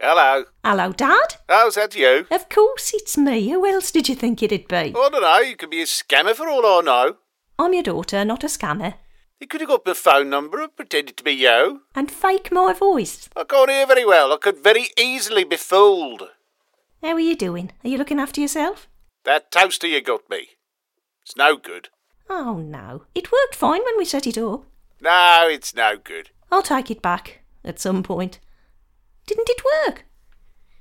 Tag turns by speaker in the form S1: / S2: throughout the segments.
S1: Hello.
S2: Hello, Dad.
S1: Oh, is that you?
S2: Of course it's me. Who else did you think it'd be?
S1: I don't know. You could be a scammer for all I know.
S2: I'm your daughter, not a scammer.
S1: You could have got my phone number and pretended to be you.
S2: And fake my voice.
S1: I can't hear very well. I could very easily be fooled.
S2: How are you doing? Are you looking after yourself?
S1: That toaster you got me. It's no good.
S2: Oh, no. It worked fine when we set it up.
S1: No, it's no good.
S2: I'll take it back at some point. Didn't it work?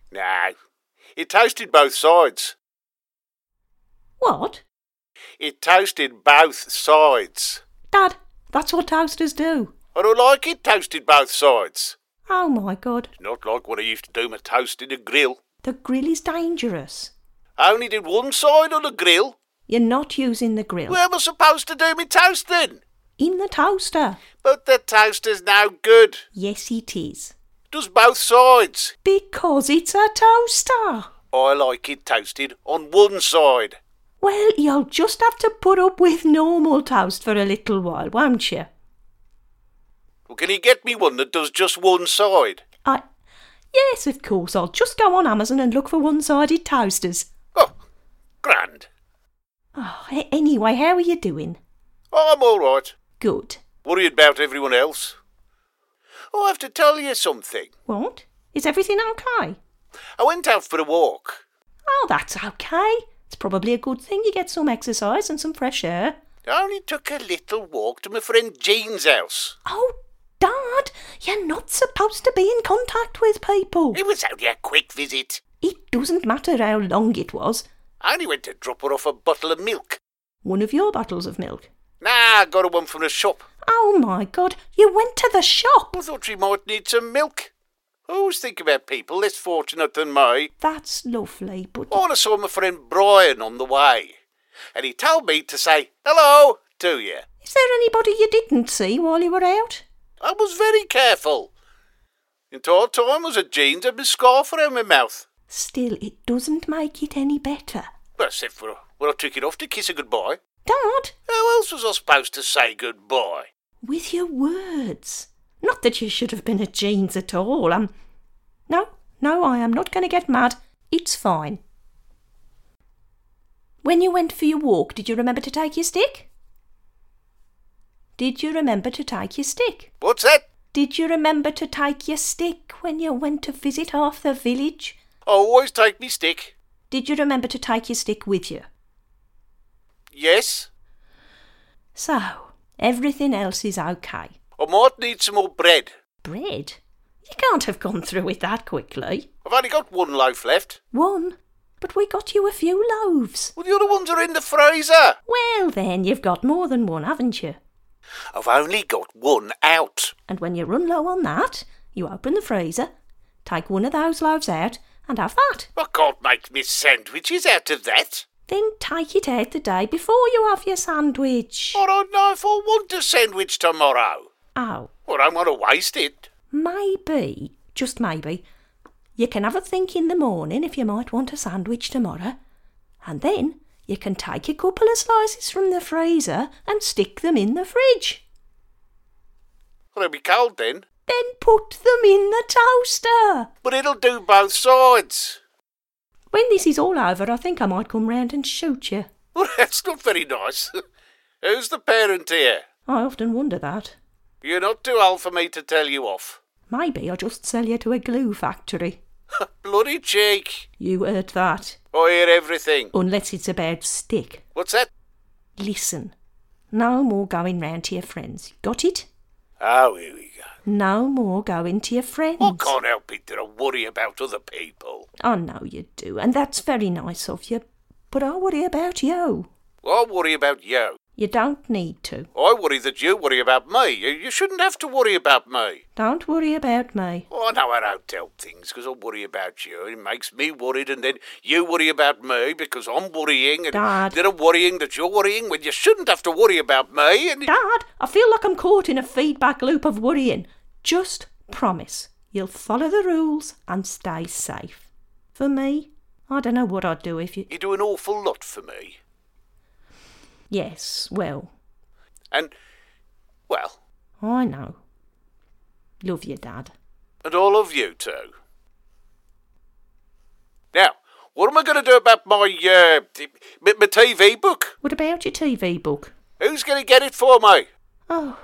S1: No. It toasted both sides.
S2: What?
S1: It toasted both sides.
S2: Dad, that's what toasters do.
S1: I don't like it toasted both sides.
S2: Oh, my God.
S1: Not like what I used to do my toast in a grill.
S2: The grill is dangerous.
S1: I only did one side on the grill.
S2: You're not using the grill.
S1: Where am I supposed to do my toast then?
S2: In the toaster.
S1: But the toaster's no good.
S2: Yes, it is.
S1: Does both sides.
S2: Because it's a toaster.
S1: I like it toasted on one side.
S2: Well, you'll just have to put up with normal toast for a little while, won't you?
S1: Well, can you get me one that does just one side?
S2: I. Yes, of course. I'll just go on Amazon and look for one sided toasters.
S1: Oh, grand.
S2: Oh, a- anyway, how are you doing?
S1: I'm all right.
S2: Good.
S1: Worried about everyone else. I have to tell you something.
S2: What? Is everything okay?
S1: I went out for a walk.
S2: Oh, that's okay. It's probably a good thing you get some exercise and some fresh air.
S1: I only took a little walk to my friend Jean's house.
S2: Oh, Dad, you're not supposed to be in contact with people.
S1: It was only a quick visit.
S2: It doesn't matter how long it was.
S1: I only went to drop her off a bottle of milk.
S2: One of your bottles of milk.
S1: Nah, I got her one from the shop.
S2: Oh my God, you went to the shop.
S1: I thought she might need some milk. I always think about people less fortunate than me.
S2: That's lovely, but
S1: Oh, and I saw my friend Brian on the way, and he told me to say hello to you.
S2: is there anybody you didn't see while you were out?
S1: I was very careful. Until time was a jeans and my scarf around my mouth.
S2: Still, it doesn't make it any better.
S1: Well, except for when I took it off to kiss her goodbye.
S2: Dad,
S1: How else was I supposed to say goodbye?
S2: with your words. Not that you should have been at Jean's at all. Um, no, no, I am not going to get mad. It's fine. When you went for your walk, did you remember to take your stick? Did you remember to take your stick?
S1: What's that?
S2: Did you remember to take your stick when you went to visit half the village?
S1: I always take me stick.
S2: Did you remember to take your stick with you?
S1: Yes,
S2: So, everything else is okay.
S1: I might need some more bread.
S2: Bread? You can't have gone through it that quickly.
S1: I've only got one loaf left.
S2: One. But we got you a few loaves.
S1: Well, the other ones are in the freezer.
S2: Well, then, you've got more than one, haven't you?
S1: I've only got one out.
S2: And when you run low on that, you open the freezer, take one of those loaves out, and have that.
S1: I can't make me sandwiches out of that.
S2: Then take it out the day before you have your sandwich.
S1: I don't know if I want a sandwich tomorrow.
S2: Oh,
S1: Well, I don't want to waste it.
S2: maybe, just maybe, you can have a think in the morning if you might want a sandwich tomorrow. And then you can take a couple of slices from the freezer and stick them in the fridge.
S1: Well, it'll be cold then.
S2: Then put them in the toaster.
S1: But it'll do both sides.
S2: When this is all over, I think I might come round and shoot you.
S1: Well, that's not very nice. Who's the parent here?
S2: I often wonder that.
S1: You're not too old for me to tell you off.
S2: Maybe I'll just sell you to a glue factory.
S1: Bloody cheek.
S2: You heard that.
S1: I hear everything.
S2: Unless it's about stick.
S1: What's that?
S2: Listen. No more going round to your friends. Got it?
S1: Oh, here we go.
S2: No more going to your friends.
S1: I can't help it that I worry about other people.
S2: I know you do, and that's very nice of you. But I worry about you.
S1: I worry about you.
S2: You don't need to.
S1: I worry that you worry about me. You you shouldn't have to worry about me.
S2: Don't worry about me.
S1: Oh, I know I don't tell things because I worry about you. It makes me worried, and then you worry about me because I'm worrying, and
S2: Dad.
S1: then I'm worrying that you're worrying when you shouldn't have to worry about me. And
S2: Dad, I feel like I'm caught in a feedback loop of worrying. Just promise you'll follow the rules and stay safe. For me, I don't know what I'd do if you.
S1: you do an awful lot for me.
S2: Yes, well,
S1: And, well,
S2: I know. Love you, Dad.
S1: and all of you too. Now, what am I going to do about my, uh, t- my, my TV book?
S2: What about your TV book?
S1: Who's going to get it for me?
S2: Oh,